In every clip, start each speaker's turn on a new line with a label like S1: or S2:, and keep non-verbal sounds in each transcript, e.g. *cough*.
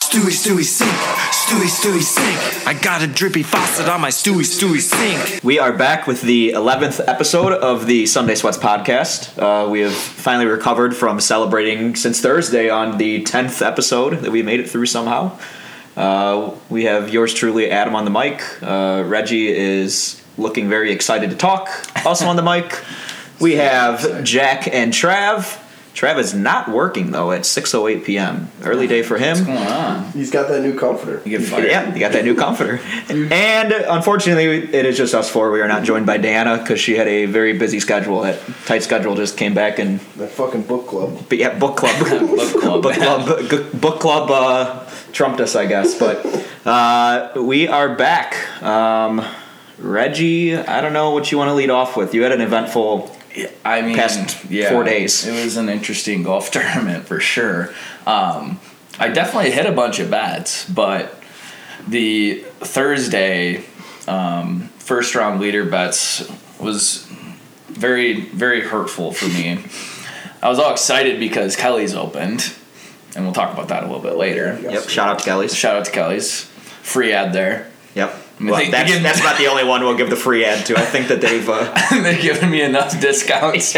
S1: Stewie, Stewie, sink. Stewie, Stewie, sink. I got a drippy faucet on my Stewie, Stewie, sink.
S2: We are back with the 11th episode of the Sunday Sweats podcast. Uh, we have finally recovered from celebrating since Thursday on the 10th episode that we made it through somehow. Uh, we have yours truly, Adam, on the mic. Uh, Reggie is looking very excited to talk, also on the mic. We have Jack and Trav. Trav is not working though at 6:08 p.m. Early day for him.
S3: He's got that new comforter.
S4: You get fired. Mm-hmm.
S2: Yeah, you got that new comforter. and uh, unfortunately, it is just us four. We are not joined by Diana because she had a very busy schedule. That tight schedule just came back and
S3: That fucking book club.
S2: but yeah, book
S4: *laughs*
S2: club, book
S4: club.
S2: book club, g- book club uh, trumped us, I guess. But uh, we are back. Um, Reggie, I don't know what you want to lead off with. You had an eventful.
S4: I mean,
S2: Past
S4: yeah,
S2: four days.
S4: It was an interesting golf *laughs* tournament for sure. Um, I definitely hit a bunch of bats, but the Thursday um, first round leader bets was very, very hurtful for me. I was all excited because Kelly's opened, and we'll talk about that a little bit later.
S2: Yep. Shout out to Kelly's.
S4: Shout out to Kelly's. Free ad there.
S2: Yep.
S4: mean,
S2: Well,
S4: they- they
S2: that's,
S4: give-
S2: that's not the only one we'll give the free ad to. I think that they've. Uh,
S4: *laughs* they're giving me enough discounts.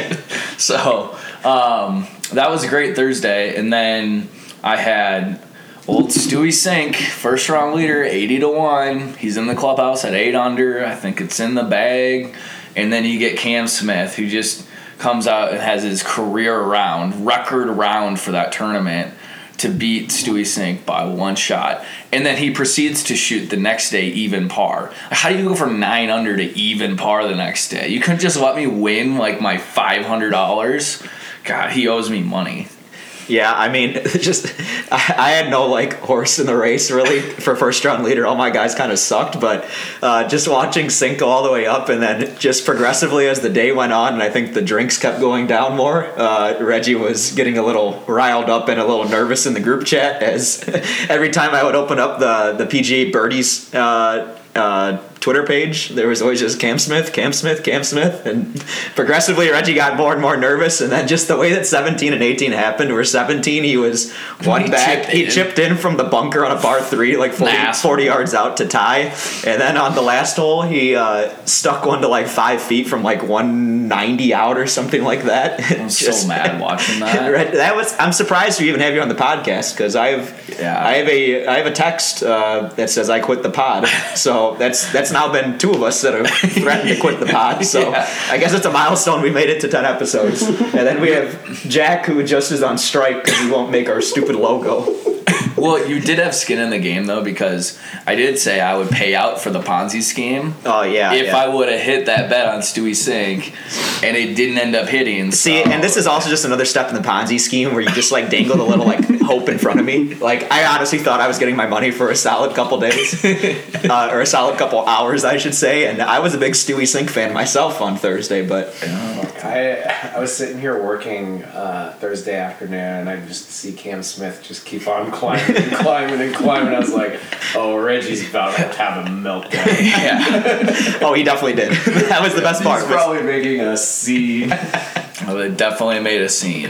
S4: so um, that was a great Thursday, and then I had old Stewie Sink, first round leader, eighty to one. He's in the clubhouse at eight under. I think it's in the bag, and then you get Cam Smith, who just comes out and has his career round, record round for that tournament. To beat Stewie Sink by one shot, and then he proceeds to shoot the next day even par. How do you go from nine under to even par the next day? You couldn't just let me win like my five hundred dollars. God, he owes me money.
S2: Yeah, I mean, *laughs* just I, I had no like horse in the race really for first round leader. All my guys kind of sucked, but uh, just watching Sink go all the way up and then just progressively as the day went on, and I think the drinks kept going down more. Uh, Reggie was getting a little riled up and a little nervous in the group chat as *laughs* every time I would open up the the PGA birdies. Uh, uh, Twitter page, there was always just Cam Smith, Cam Smith, Cam Smith, and progressively Reggie got more and more nervous. And then just the way that 17 and 18 happened, where 17 he was one
S4: He
S2: back,
S4: chipped
S2: he
S4: in.
S2: chipped in from the bunker on a par three, like 40,
S4: Nice.
S2: 40 yards out to tie, and then on the last hole he uh, stuck one to like five feet from like 190 out or something like that. *laughs*
S4: I'm so mad watching that.
S2: Right, that was. I'm surprised we even have you on the podcast because I've,
S4: Yeah.
S2: I have a, I have a text uh, that says I quit the *laughs* pod. so that's that's now been two of us that have threatened to quit the *laughs* pod. So
S4: Yeah.
S2: I guess it's a milestone. We made it to ten episodes, and then we have Jack who just is on strike because we won't make our stupid logo.
S4: Well, you did have skin in the game though, because I did say I would pay out for the Ponzi scheme
S2: Oh yeah.
S4: if
S2: yeah.
S4: I would have hit that bet on Stewie Sink, and it didn't end up hitting.
S2: See,
S4: so-
S2: and this is also just another step in the Ponzi scheme where you just like dangled a little like
S4: *laughs*
S2: hope in front of me. Like I honestly thought I was getting my money for a solid couple
S4: *laughs*
S2: days, uh, or a solid couple hours, I should say. And I was a big Stewie Sink fan myself on Thursday, but
S5: I I was sitting here working uh, Thursday afternoon, and I just see Cam Smith just keep on climbing and climbing and climbing. I was like, "Oh, Reggie's about to have a meltdown.
S4: yeah,
S2: oh, he definitely did. *laughs* that was the best part.
S5: He's probably making a C."
S4: Well, it definitely made
S2: *laughs*
S4: a scene.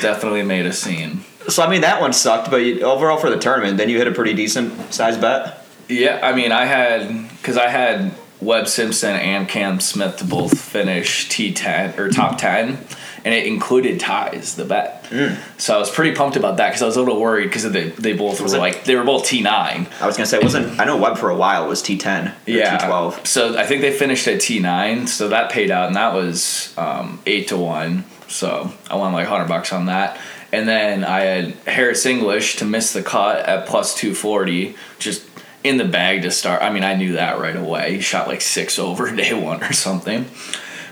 S4: definitely made a scene.
S2: So I mean, that one sucked. But you, overall for the tournament, then you hit a pretty decent size bet.
S4: Yeah, I mean, I had because I had Webb Simpson and Cam Smith to both finish T ten or top ten, and it included ties the bet.
S2: Mm.
S4: So I was pretty pumped about that because I was a little worried because they they both were
S2: it-
S4: like they were both T nine.
S2: I was gonna say it wasn't. I know Webb for a while was T ten,
S4: Yeah,
S2: T twelve.
S4: So I think they finished at T nine, so that paid out, and that was um, eight to one. So I won like hundred bucks on that, and then I had Harris English to miss the cut at plus two forty, just in the bag to start. I mean, I knew that right away. He shot like six over *laughs* day one or something.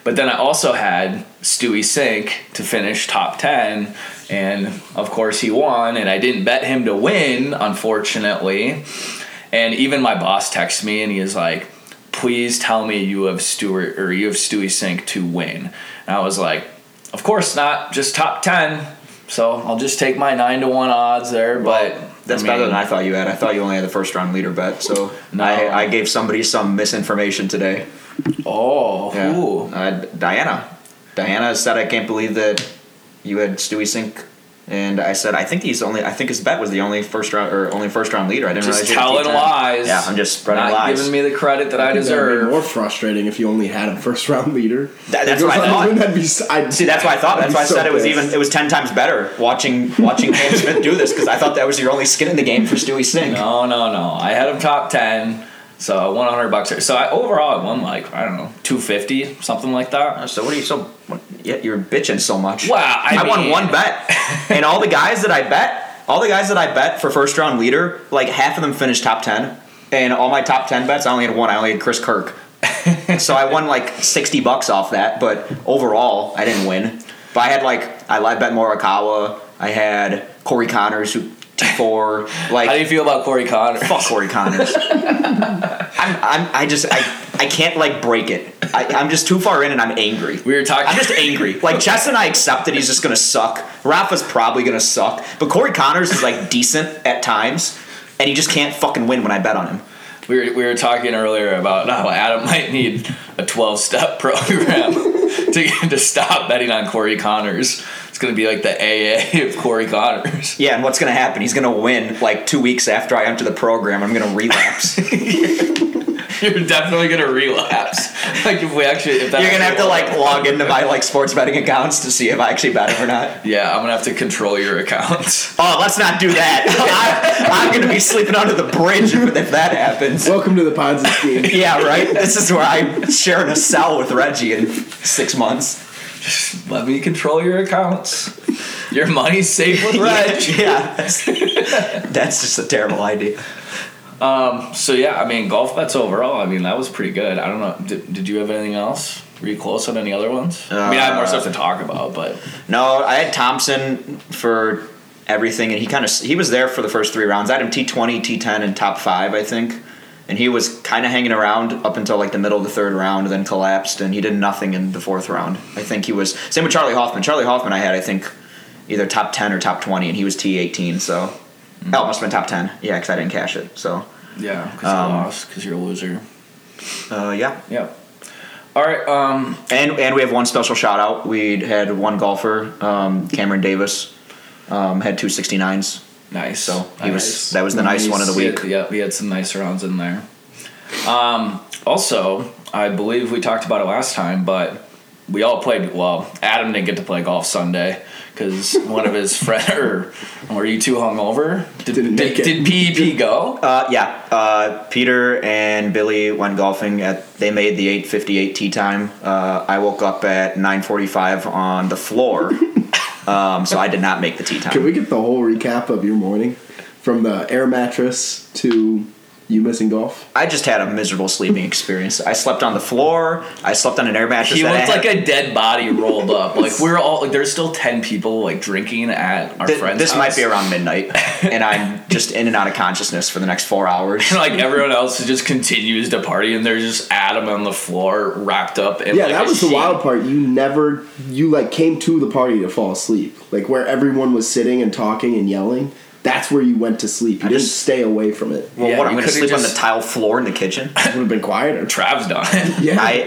S4: But then I also had Stewie Sink to finish top 10. And of course, he won. And I didn't bet him to win, unfortunately. And even my boss texts me and he is like, please tell me you have Stewart or you have Stewie Sink to win. And I was like, of course not, just top 10. So I'll just take my 9 to 1 odds there. but
S2: That's
S4: I mean,
S2: better than I thought you had. I thought you only had the first round leader bet. So
S4: No.
S2: I, I gave somebody some misinformation today.
S4: Oh,
S2: Yeah.
S4: who?
S2: Uh, Diana. Diana said, I can't believe that you had Stewie Sink And I said, I think he's only. I think his bet was the only first round or only first round leader. I didn't realize.
S4: Just
S2: he had
S4: telling
S2: 10.
S4: lies.
S2: Yeah, I'm just spreading
S4: not
S2: lies.
S4: giving me the credit that I
S3: That'd be more
S4: deserve.
S3: frustrating if you only had a first round leader.
S2: That- that's
S3: If it
S2: what I
S3: was
S2: thought.
S3: Hardman, That'd be, s-
S2: *laughs*
S3: I'd,
S2: See, that's why I thought.
S3: I'd
S2: That's
S3: be
S2: why I
S3: so
S2: said it was
S3: pissed.
S2: even. It was ten times better watching watching Cam Smith do this because I thought that was your only skin in the game for Stewie Sink.
S4: No, no, no. I had him top ten, so I won hundred bucks. there. So I overall I won like I don't know two fifty something like that.
S2: So what are you so? What, yeah, you're bitching so much.
S4: Well, I
S2: won
S4: mean-
S2: one
S4: *laughs*
S2: bet, and all the guys that I bet, all the guys that I bet for first round leader, like half of them finished top ten, and all my top ten bets, I only had one. I only had Chris Kirk,
S4: *laughs*
S2: so I won like sixty bucks off that. But overall, I didn't win. But I had like I bet Morikawa. I had Corey Connors who T four. Like
S4: How do you feel about Corey Connor?
S2: Fuck Corey Connors. I'm, I'm, I just, I, I can't like break it. I, I'm just too far in and I'm angry.
S4: We were talking.
S2: I'm just angry. Like Chess and I accept that he's just gonna suck. Rafa's probably gonna suck, but Corey Connors is like decent at times, and he just can't fucking win when I bet on him.
S4: We were, we were talking earlier about how Adam *laughs* might need a 12 step *laughs* program to, to stop betting on Corey Connors. It's going to be like the AA of Corey Connors. *laughs*
S2: Yeah, and what's gonna happen? He's gonna win like two weeks after I enter the program. I'm gonna *laughs* relapse. You're
S4: You're definitely going to relapse. *laughs* Like, if we actually, if that
S2: gonna have to like log into my like sports betting accounts to see if I actually bet him or not.
S4: Yeah, I'm going to have to control your accounts. *laughs*
S2: Oh, let's not do that. *laughs* I, I'm gonna be sleeping under the bridge if, if that happens.
S3: Welcome to the
S2: *laughs*
S3: Ponzi scheme.
S2: Yeah, right. This is where I'm sharing a cell with Reggie in six months.
S4: Let me control your accounts. Your money's
S2: *laughs*
S4: safe with Reg.
S2: Yeah, that's, that's just a terrible idea.
S4: So, yeah, I mean, golf bets overall, I mean, that was pretty good. I don't know. Did, did you have anything else? Were you close on any other ones? I mean, I have more stuff to talk about, but.
S2: No, I had Thompson for everything, and he kind of he was there for the first three rounds. I had him T twenty, T ten, and top five, I think. And he was kind of hanging around up until like the middle of the third round, then collapsed, and he did nothing in the fourth round. I think he was same with Charlie Hoffman. Charlie Hoffman, I had I think either top ten or top twenty, and he was T eighteen. So oh, it must have been top ten. Yeah, because I didn't cash it. So
S4: Yeah, because
S2: Um,
S4: you lost. Because you're a loser.
S2: uh, yeah,
S4: Yeah. All right. Um.
S2: And and we have one special shout out. We had one golfer, um, Cameron Davis, um, had two 69s.
S4: Nice.
S2: So he was
S4: Nice.
S2: that was the nice, one of the week.
S4: Yeah, yeah, we had some nice rounds in there. Um. Also, I believe we talked about it last time, but we all played. Well, Adam didn't get to play golf Sunday because one of his *laughs* friends. Or were you too hungover? Did
S3: Didn't
S4: did,
S3: make it.
S4: did PEP go?
S2: Uh, yeah, uh, Peter and Billy went golfing. At, they made the 8:58 tee time. Uh, I woke up at 9:45 on the
S4: *laughs*
S2: floor, um, so I did not make the tee time.
S3: Can we get the whole recap of your morning, from the air mattress to you missing golf?
S2: I just had a miserable sleeping experience. I slept on the floor. I slept on an air mattress.
S4: He
S2: that I
S4: looked
S2: had-
S4: like a dead body rolled up. Like we're all like, there's still ten people like drinking at our
S2: Th-
S4: friends.
S2: this
S4: house.
S2: might be around midnight, and
S4: *laughs*
S2: I'm just in and out of consciousness for the next four hours.
S4: And, like everyone else just continues to party, and there's just Adam on the floor wrapped up. In,
S3: Yeah,
S4: like,
S3: that
S4: a
S3: was the
S4: sheet.
S3: wild part. You never, you like came to the party to fall asleep, like where everyone was sitting and talking and yelling. That's where you went to sleep. You didn't
S2: just-
S3: stay away from it. It
S2: Well,
S4: Yeah,
S2: what?
S4: you
S2: I'm going to
S4: could've
S2: sleep on the
S4: just-
S2: tile floor in the kitchen.
S3: would have been quieter.
S4: Trav's done.
S3: Yeah,
S2: I,
S3: *laughs*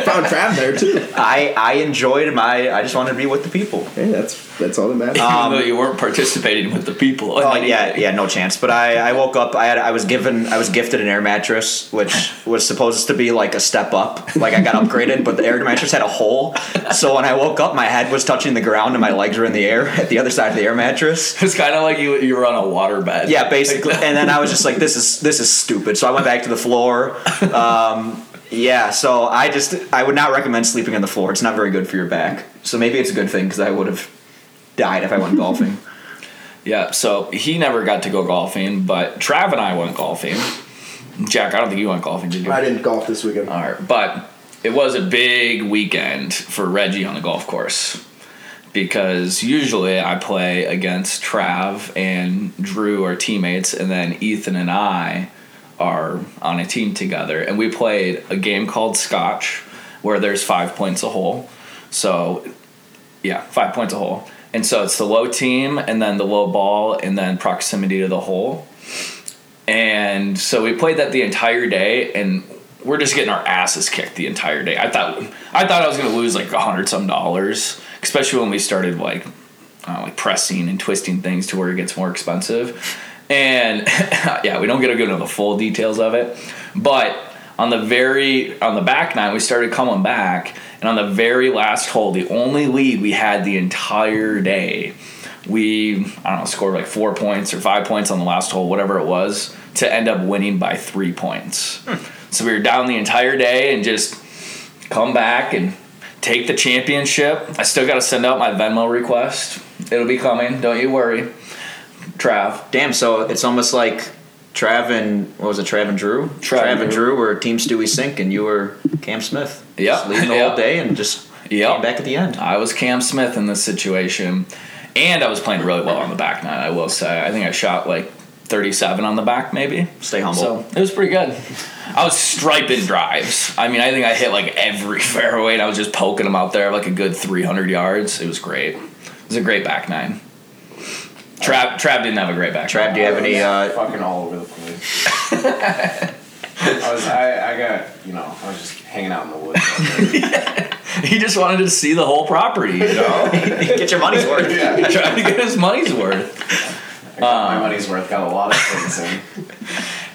S3: found Trav
S2: *laughs*
S3: there too.
S2: I, I enjoyed my. I just wanted to be with the people.
S3: Hey, that's that's all that matters.
S4: *laughs* Even though you weren't participating with the people.
S2: Oh yeah, yeah, no chance. But I, I woke up. I had, I was given, I was gifted an air mattress, which was supposed to be like a step up. Like I got upgraded, but the air mattress had a hole. So when I woke up, my head was touching the ground and my legs were in the air at the other side of the air mattress.
S4: It's kind of like you you were on a
S2: *laughs*
S4: waterbed.
S2: Yeah, basically. And then I was just like, this is this is stupid. So I went back to the *laughs* floor. Um, yeah, so I just I would not recommend sleeping on the floor. It's not very good for your back. So maybe it's a good thing because I would have died if I went *laughs* golfing.
S4: Yeah, so he never got to go golfing, but Trav and I went golfing. Jack, I don't think you went golfing, did you?
S3: I didn't golf this weekend.
S4: All right, but it was a big weekend for Reggie on the golf course because usually I play against Trav and Drew are teammates, and then Ethan and I are on a team together, and we played a game called Scotch where there's five points a hole. So, yeah, five points a hole. And so it's the low team, and then the low ball, and then proximity to the hole. And so we played that the entire day, and we're just getting our asses kicked the entire day. I thought I thought I was gonna lose like a hundred some dollars, especially when we started like uh, like pressing and twisting things to where it gets more expensive. And *laughs* yeah, we don't get to go into the full details of it, but on the very on the back nine we started coming back, and on the very last hole, the only lead we had the entire day, we I don't know scored like four points or five points on the last hole, whatever it was, to end up winning by three points. So we were down the entire day and just come back and take the championship. I still got to send out my Venmo request. It'll be coming. Don't you worry, Trav.
S2: Damn, so it's almost like Trav and what was it, Trav and Drew?
S4: Trav and
S2: and Drew were Team Stewie Sink, and you were Cam Smith.
S4: Yep.
S2: Just leading *laughs* the
S4: Yep.
S2: whole day and just
S4: Yep.
S2: came back at the end.
S4: I was Cam Smith in this situation, and I was playing really well on the back nine. I will say, I think I shot like 37 on the back, maybe.
S2: Stay humble.
S4: So it was pretty good. I was striping drives. I mean, I think I hit like every *laughs* fairway, and I was just poking them out there like a good 300 yards. It was great. It was a great back nine. Trav, Trav didn't have a great back.
S2: Trav, do you have any? Uh,
S5: fucking all over the place. I was I, I got you know I was just hanging out in the woods.
S4: nine. He just wanted to see the whole property. You know,
S2: get your money's
S4: *laughs*
S2: worth.
S5: yeah,
S4: trying to get his money's worth.
S5: I got my money's worth. Got a lot of things in.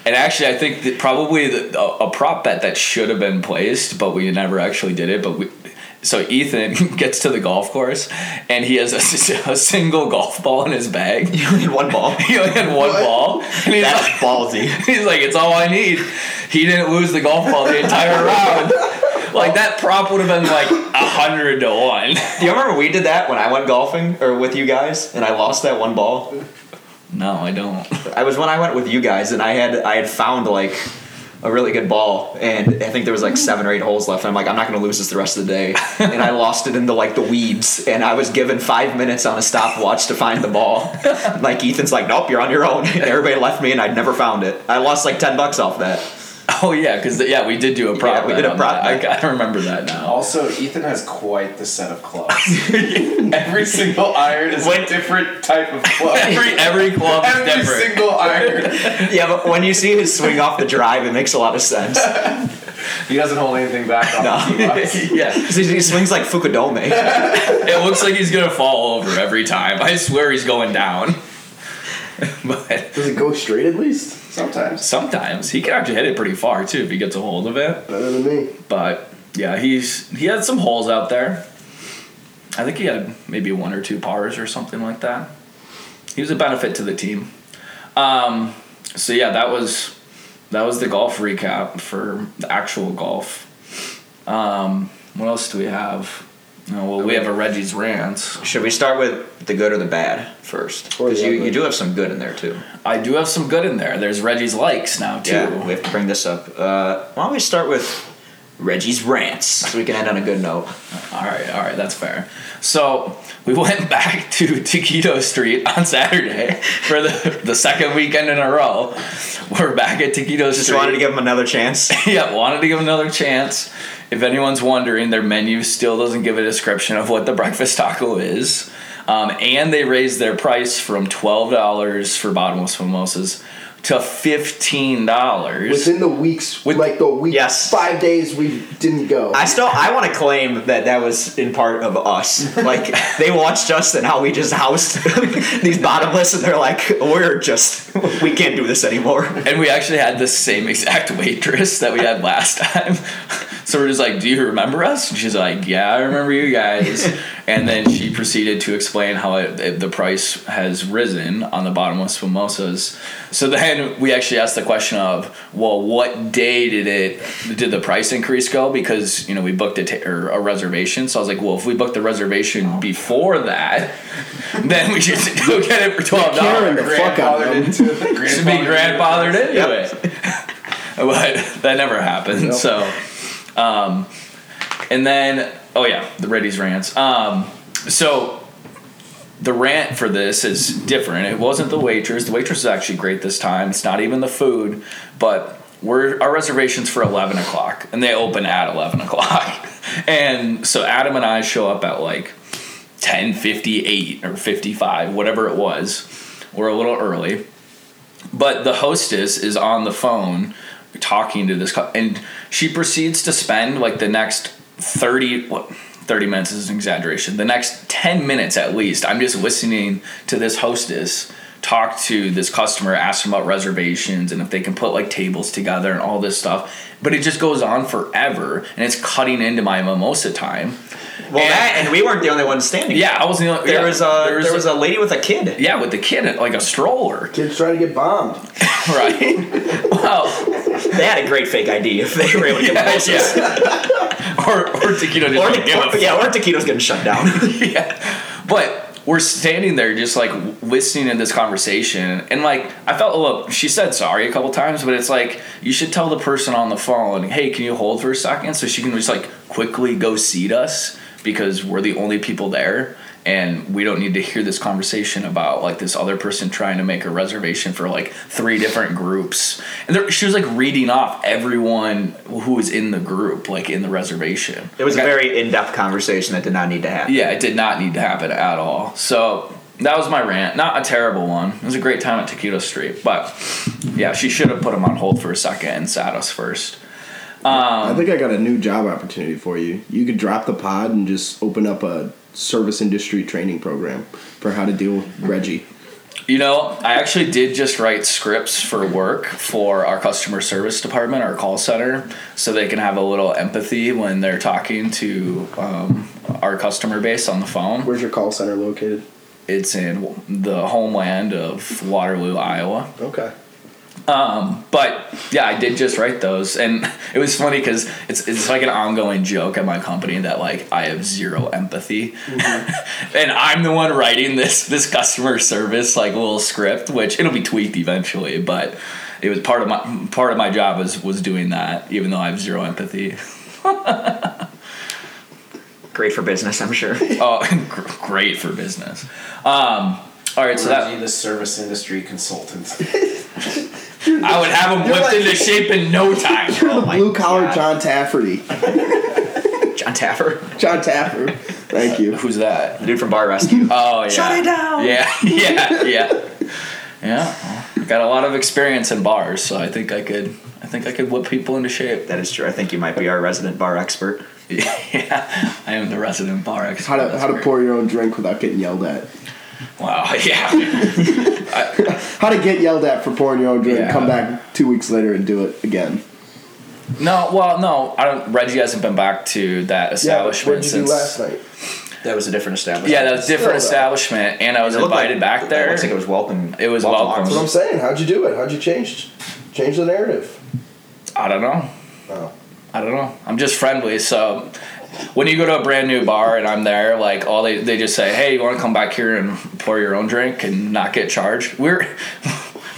S4: And actually, I think that probably the, a, a prop bet that should have been placed, but we never actually did it. But we, so Ethan *laughs* gets to the golf course, and he has a, s- a *laughs* single golf ball in his
S2: *laughs*
S4: bag.
S2: You only had *laughs* one ball.
S4: He only had one ball, and
S2: *laughs*
S4: he's
S2: That's
S4: like, *laughs*
S2: ballsy.
S4: he's like, "It's all I need." He didn't lose the golf ball the
S2: *laughs*
S4: entire round. Like that prop would have been like a hundred to one. *laughs*
S2: Do you remember we did that when I went golfing or with you guys, and I lost that one ball?
S4: No, I don't. *laughs*
S2: I was when I went with you guys, and I had I had found like a really good ball, and I think there was like seven or eight holes left. And I'm like, I'm not going to lose this the rest of the *laughs* day, and I lost it into like the weeds. And I was given five minutes on a stopwatch to find the *laughs* ball. like Ethan's like, nope, you're on your own. And everybody left me, and I'd never found it. I lost like ten bucks off that.
S4: Oh yeah, because yeah, we did do a prop.
S2: Yeah, we
S4: bet
S2: did a
S4: on
S2: prop
S4: that.
S2: bet.
S4: I, I remember that now.
S5: Also, Ethan has quite the set of clubs. Every single iron is a different type of club.
S4: Every every club is
S5: Every
S4: different.
S5: single iron.
S2: Yeah, but when you see his swing off the drive, it makes a lot of sense.
S5: He doesn't hold anything back on
S2: No.
S5: the tee
S3: *laughs*
S5: box.
S4: yeah,
S2: 'Cause *laughs* He swings like *laughs* Fukudome.
S4: it looks like he's gonna fall over every time. I swear he's going down. *laughs* but
S3: Does it go straight at least?
S5: Sometimes.
S4: sometimes he can actually hit it pretty far too if he gets a hold of it.
S3: Better than me.
S4: But yeah, he's he had some holes out there. I think he had maybe one or two pars or something like that. He was a benefit to the team. Um, so yeah, that was that was the golf recap for the actual golf. Um, what else do we have? Oh, well, we have a Reggie's rants.
S2: Should we start with the good or the bad first?
S3: Or the
S2: Because you,
S3: ugly.
S2: you do have some good in there too.
S4: I do have some good in there. There's Reggie's likes now too.
S2: Yeah, we have to bring this up. Uh, why don't we start with Reggie's rants so we can end on a good note?
S4: All right, all right, that's fair. So we *laughs* went back to Taquito Street on Saturday for the, the second weekend in a row. We're back at Taquito Street.
S2: Just wanted to give him another chance.
S4: *laughs* yeah, wanted to give another chance. If anyone's wondering, their menu still doesn't give a description of what the breakfast taco is. Um, and they raised their price from twelve dollars for bottomless mimosas to fifteen dollars.
S3: Within the weeks,
S4: With-
S3: like the week,
S2: Yes.
S3: five days we didn't go.
S2: I still I want to claim that that was in part of us. Like they watched us and how we just housed *laughs* these bottomless, and they're like, we're just we can't do this anymore.
S4: And we actually had the same exact *laughs* waitress that we had last time. So we're just like, Do you remember us? And she's like, Yeah, I remember you guys. And then she proceeded to explain how it, the price has risen on the bottomless mimosas. So then we actually asked the question of, Well, what day did it, did the price increase go? Because, you know, we booked a, ta- or a reservation. So I was like, Well, if we booked the reservation before that, then we should *laughs* go get it for $12.
S3: Karen the fuck out
S5: Grandfathered
S3: of them.
S4: *laughs*
S5: into
S4: Should be grandfathered into
S2: Yep.
S4: it. *laughs* but that never happened.
S3: Nope.
S4: So, um, and then, oh yeah, the Reddy's rants. Um, so the rant for this is different. It wasn't the waitress. The waitress is actually great this time. It's not even the food, but we're our reservations for eleven o'clock, and they open at eleven o'clock. *laughs* and so Adam and I show up at like ten fifty eight or fifty five, whatever it was. We're a little early, but the hostess is on the phone talking to this, cou- and she proceeds to spend like the next thirty what. 30 minutes is an exaggeration. The next 10 minutes at least, I'm just listening to this hostess talk to this customer, ask them about reservations and if they can put like tables together and all this stuff. But it just goes on forever and it's cutting into my mimosa time.
S2: Well, that and we weren't the only ones standing.
S4: Yeah, I was the only.
S2: There
S4: yeah,
S2: was a there was, a, lady with a kid.
S4: yeah with the kid in- like a stroller, *laughs*
S3: Kids trying to get bombed.
S4: right? well,
S2: They had a great fake ID if they were able to get
S4: yeah,
S2: mimosas.
S4: yeah. *laughs* or or tequila. Just
S2: Or,
S4: don't give a
S2: or, yeah, or Taquito's getting shut *laughs* down.
S4: yeah. But we're standing there just like listening to this conversation and like I felt look, she said sorry a couple times, but it's like you should tell the person on the phone, hey, can you hold for a second so she can just like quickly go seat us because we're the only people there and we don't need to hear this conversation about like this other person trying to make a reservation for like three different groups and there, she was like reading off everyone who was in the group like in the reservation
S2: It was a
S4: Like, I-
S2: very in depth conversation that did not need to happen.
S4: yeah, it did not need to happen at all. So that was my rant. Not a terrible one. It was a great time at Taquito Street, but yeah, she should have put him on hold for a second and sat us first.
S2: Um,
S3: I think I got a new job opportunity for you. You could drop the pod and just open up a service industry training program for how to deal with Reggie.
S4: You know, I actually did just write scripts for work for our customer service department, our call center, so they can have a little empathy when they're talking to um, our customer base on the phone.
S3: Where's your call center located?
S4: It's in the homeland of Waterloo, Iowa.
S3: Okay.
S4: But yeah, I did just write those, and *laughs* it was funny because it's it's like an ongoing joke at my company that like I have zero empathy, *laughs* and I'm the one writing this this customer service like little script, which it'll be tweaked eventually, but. It was part of my part of my job was was doing that, even though I have zero empathy.
S2: Great for business, I'm sure.
S4: Oh, *laughs* gr- great for business. Um, all right, so that
S5: Reggie, the service industry consultant.
S4: I would have them whipped into shape in no time.
S2: *laughs* Oh my
S3: Blue collar
S2: God. *laughs*
S3: John Tafferty.
S2: John Taffer, *laughs*
S3: John Taffer. Thank you.
S4: Who's that?
S2: the dude from Bar Rescue.
S4: Oh
S2: *laughs*
S4: yeah.
S2: Shut it down.
S4: Yeah, *laughs* yeah, yeah, yeah. well, Got a lot of experience in bars, so I think I could. I think I could whip people into shape.
S2: that is true. I think you might be our resident bar expert.
S4: yeah, I am the resident bar expert.
S3: How to
S4: that's
S3: how to
S4: great.
S3: pour your own drink without getting yelled at.
S4: Wow. *laughs* Yeah.
S3: How to get yelled at for pouring your own drink.
S4: Yeah.
S3: Come back two weeks later and do it again.
S4: no. Well, no. I don't. Reggie hasn't been back to that establishment since.
S3: night?
S2: That was a different establishment.
S4: Yeah, that was a different
S3: Still, though.
S4: establishment, and I was
S2: It looked
S4: invited
S2: like-
S4: back
S2: It
S4: there.
S2: looks like it was welcome.
S4: It was welcome.
S2: Oxford.
S3: saying. How'd you do it? How'd you change change the narrative?
S4: I don't know.
S3: Oh.
S4: I don't know. I'm just friendly. So when you go to a brand new bar and I'm there, like all they they just say, "Hey, you want to come back here and pour your own drink and not get charged?" We're we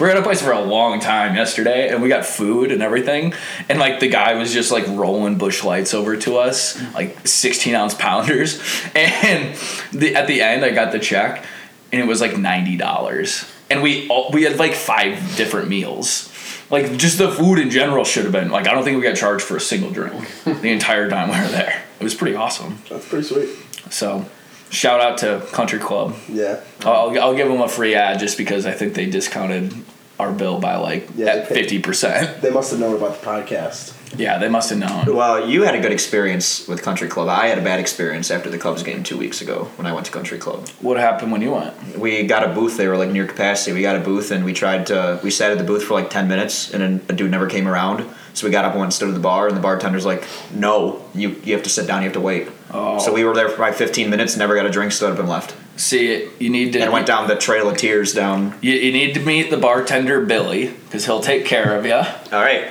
S4: we're at a place for a long time yesterday, and we got food and everything, and like the guy was just like rolling bush lights over to us, like 16 ounce pounders, *laughs* and the, at the end I got the check, and it was like ninety dollars, and we all, we had like five different meals. Like just the food in general should have been like I don't think we got charged for a single drink the entire time we were there. It was pretty awesome.
S3: That's pretty sweet.
S4: So shout out to Country Club.
S3: Yeah.
S4: I'll, I'll- I'll give them a free ad just because I think they discounted our bill by like
S3: Yeah,
S4: at
S3: they paid-
S4: fifty percent.
S3: They must have known about the podcast.
S4: Yeah, they must have known.
S2: Well, you had a good experience with Country Club. I had a bad experience after the Cubs game two weeks ago when I went to Country Club.
S4: What happened when you went?
S2: We got a booth. They were like near capacity. We got a booth and we tried to. We sat at the booth for like ten minutes and then a dude never came around. So we got up and went and stood at the bar and the bartender's like, "No, you you have to sit down. You have to wait."
S4: Oh.
S2: So we were there for like fifteen minutes. Never got a drink. Stood up and left.
S4: See, you need to
S2: And went down the trail of tears down.
S4: You, you need to meet the bartender Billy because he'll take care of you.
S2: All right.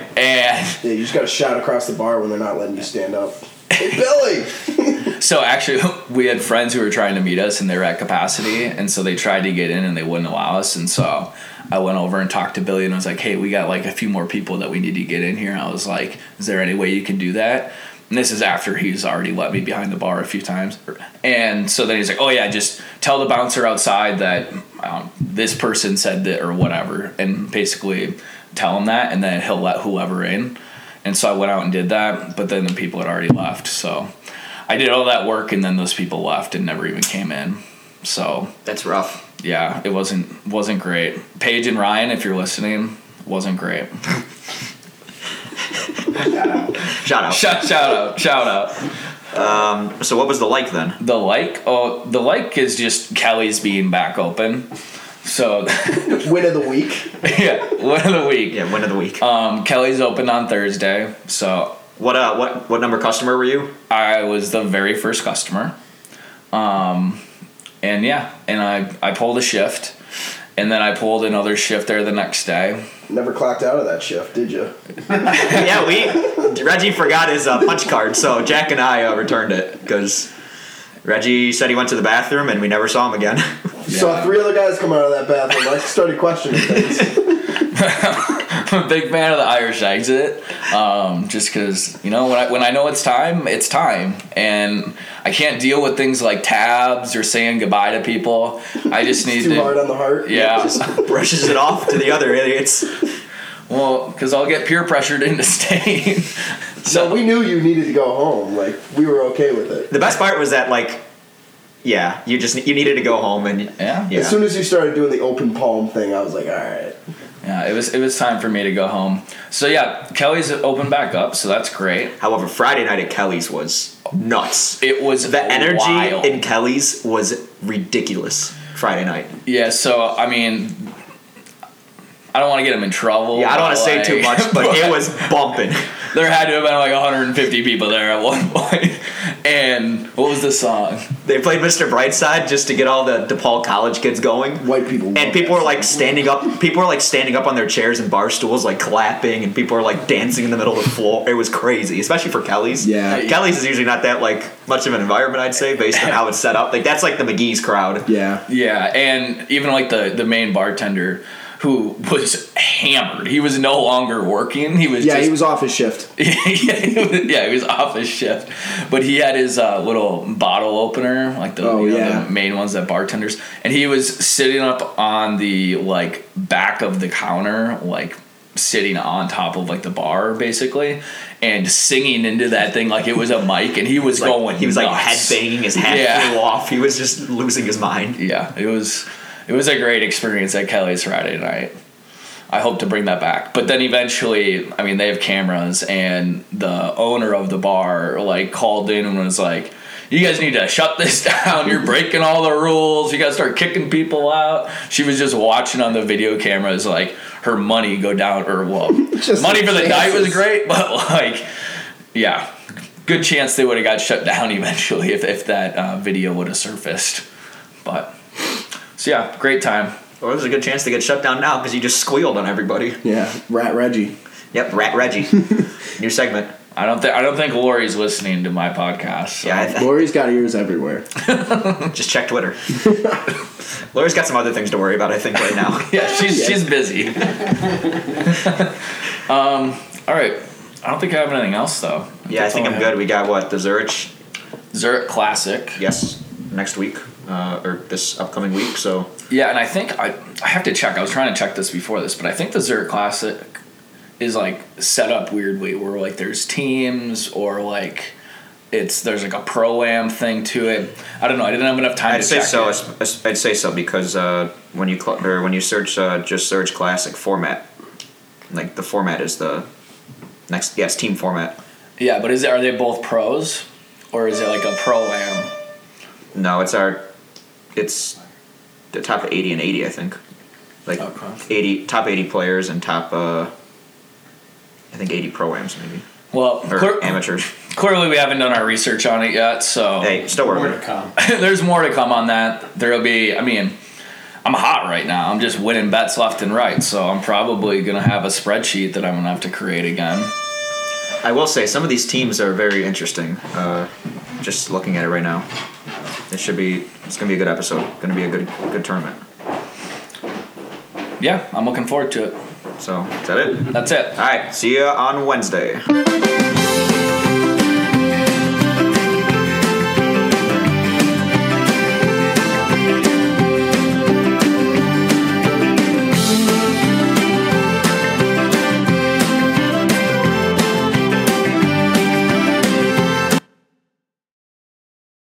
S3: Yeah,
S4: And
S3: you just got to shout across the bar when they're not letting you stand up. Hey, Billy!
S4: So actually, *laughs* we had friends who were trying to meet us, and they were at capacity, and so they tried to get in, and they wouldn't allow us. And so I went over and talked to Billy, and I was like, "Hey, we got like a few more people that we need to get in here." And I was like, "Is there any way you can do that?" And this is after he's already let me behind the bar a few times, and so then he's like, "Oh yeah, just tell the bouncer outside that um, this person said that or whatever," and basically tell him that, and then he'll let whoever in. And so I went out and did that, but then the people had already left, so. I did all that work and then those people left and never even came in. So
S2: That's rough.
S4: yeah, it wasn't wasn't great. Paige and Ryan, if you're listening, wasn't great. *laughs*
S5: Shout out.
S2: Shout out.
S4: Shout shout out, shout out.
S2: Um, so what was the like then?
S4: The like, oh, the like is just Kelly's being back open. So, *laughs*
S3: Win of the week.
S4: yeah, one of the week.
S2: Yeah, win of the week.
S4: Um, Kelly's open on Thursday, so
S2: what uh, what what number customer were
S4: *laughs*
S2: you?
S4: I was the very first customer. Um, and yeah, and I, I pulled a shift, and then I pulled another shift there the next day.
S3: Never clocked out of that shift, did you?
S2: yeah, we Reggie forgot his uh, punch card, so Jack and I uh, returned it because Reggie said he went to the bathroom and we never saw him again. *laughs*
S3: Saw three other guys come out of that bathroom. I started questioning
S4: *laughs*
S3: things.
S4: I'm a big fan of the Irish exit, um, just because you know when I when I know it's time, it's time, and I can't deal with things like tabs or saying goodbye to people. I just need
S3: Too
S4: to.
S3: hard on the heart.
S4: Yeah,
S2: Brushes it off to the other idiots.
S4: well, because I'll get peer pressured into staying. *laughs* so
S3: So we knew you needed to go home. Like we were okay with it.
S2: The best part was that like, yeah, you just you needed to go home and
S4: Yeah.
S2: yeah.
S3: As soon as you started doing the open palm thing, I was like, all right.
S4: yeah, it was it was time for me to go home. So yeah, Kelly's open back up, so that's great.
S2: However, Friday night at Kelly's was nuts.
S4: It was
S2: the energy
S4: wild.
S2: in Kelly's was ridiculous Friday night.
S4: Yeah, so I mean, I don't want to get him in trouble.
S2: Yeah, I don't want
S4: but,
S2: to say too
S4: like-
S2: much, but,
S3: *laughs*
S4: *laughs*
S2: it was bumping.
S4: There had to have been like 150 people there at one *laughs* point. And what was the song?
S2: They played Mr. Brightside just to get all the DePaul college kids going.
S3: White people. love
S2: And people
S3: that
S2: were like standing up. People were like standing up on their chairs and bar stools, like clapping, and people were like dancing in the middle of the floor. It was crazy, especially for Kelly's.
S3: Yeah.
S2: Kelly's is usually not that like much of an environment, I'd say, based on how it's set up. Like that's like the McGee's crowd.
S3: Yeah.
S4: Yeah, and even like the the main bartender who was hammered. He was no longer working. He was
S3: Yeah,
S4: just,
S3: he was off his shift.
S4: yeah, he was- *laughs* yeah, he was off his shift, but he had his uh, little bottle opener, like the,
S3: Oh,
S4: you know,
S3: yeah.
S4: the main ones that bartenders, and he was sitting up on the like back of the counter, like sitting on top of like the bar basically, and singing into that thing like it was a mic, and he was
S2: Like,
S4: going,
S2: he was like
S4: nuts.
S2: headbanging, his hat
S4: Yeah.
S2: flew off. He was just losing his mind.
S4: yeah, it was it was a great experience at Kelly's Friday night. I hope to bring that back. But then eventually, I mean, they have cameras, and the owner of the bar like called in and was like, "You guys need to shut this *laughs* down. You're breaking all the rules. You got to start kicking people out." She was just watching on the video cameras, like her money go down, or well,
S3: *laughs* Just
S4: money for the
S3: chances.
S4: night was great, *laughs* but like, yeah, good chance they would have got shut down *laughs* eventually if if that uh, video would have surfaced. But so yeah, great time.
S2: Or there's a good chance to get shut down now because you just squealed on everybody.
S3: Yeah. Rat Reggie.
S2: Yep, Rat
S3: *laughs*
S2: Reggie. New segment.
S4: I don't think I don't think Lori's listening to my podcast. so-
S2: Yeah, I th-
S3: Lori's got ears everywhere.
S2: just check *laughs* Twitter. Laura's got some other things to worry about, I think, right *laughs* now.
S4: *laughs* yeah, she's
S2: *laughs*
S4: she's busy. um, all right. I don't think I have anything else though.
S2: Oh, Yeah, I
S4: That's
S2: think
S4: all
S2: I'm good. We got what the Zurich.
S4: have. Zurich Classic.
S2: Yes, next week uh, or this upcoming week. So
S4: Yeah, and I think I I have to check. I was trying to check this before this, but I think the Zurich Classic is like set up weirdly, where like there's teams or like it's there's like a pro am thing to it. I don't know. I didn't have enough time
S2: I'd
S4: to
S2: say
S4: check
S2: so.
S4: it.
S2: es- I'd say so because uh, when you cl- or when you search uh, just search classic format, like the format is the next yes team format.
S4: Yeah, but is it, are they both pros or is it like a pro am?
S2: No, it's our it's the top eighty and eighty. I think like
S4: Okay.
S2: eighty top eighty players and top uh, I think eighty proams maybe
S4: Well,
S2: or
S4: clear-
S2: amateurs.
S4: clearly we haven't done our research on it yet, so
S2: Hey, still
S5: More
S2: working.
S5: to come.
S4: *laughs* there's more to come on that. There'll be, I mean, I'm hot right now. I'm just winning bets left and right, so I'm probably gonna have a spreadsheet that I'm gonna have to create again.
S2: I will say some of these teams are very interesting. Uh, just looking at it right now, it should be. It's gonna be a good episode. Gonna be a good good tournament.
S4: Yeah, I'm looking forward to it.
S2: So is that it?
S4: That's it.
S2: All right. See you on Wednesday.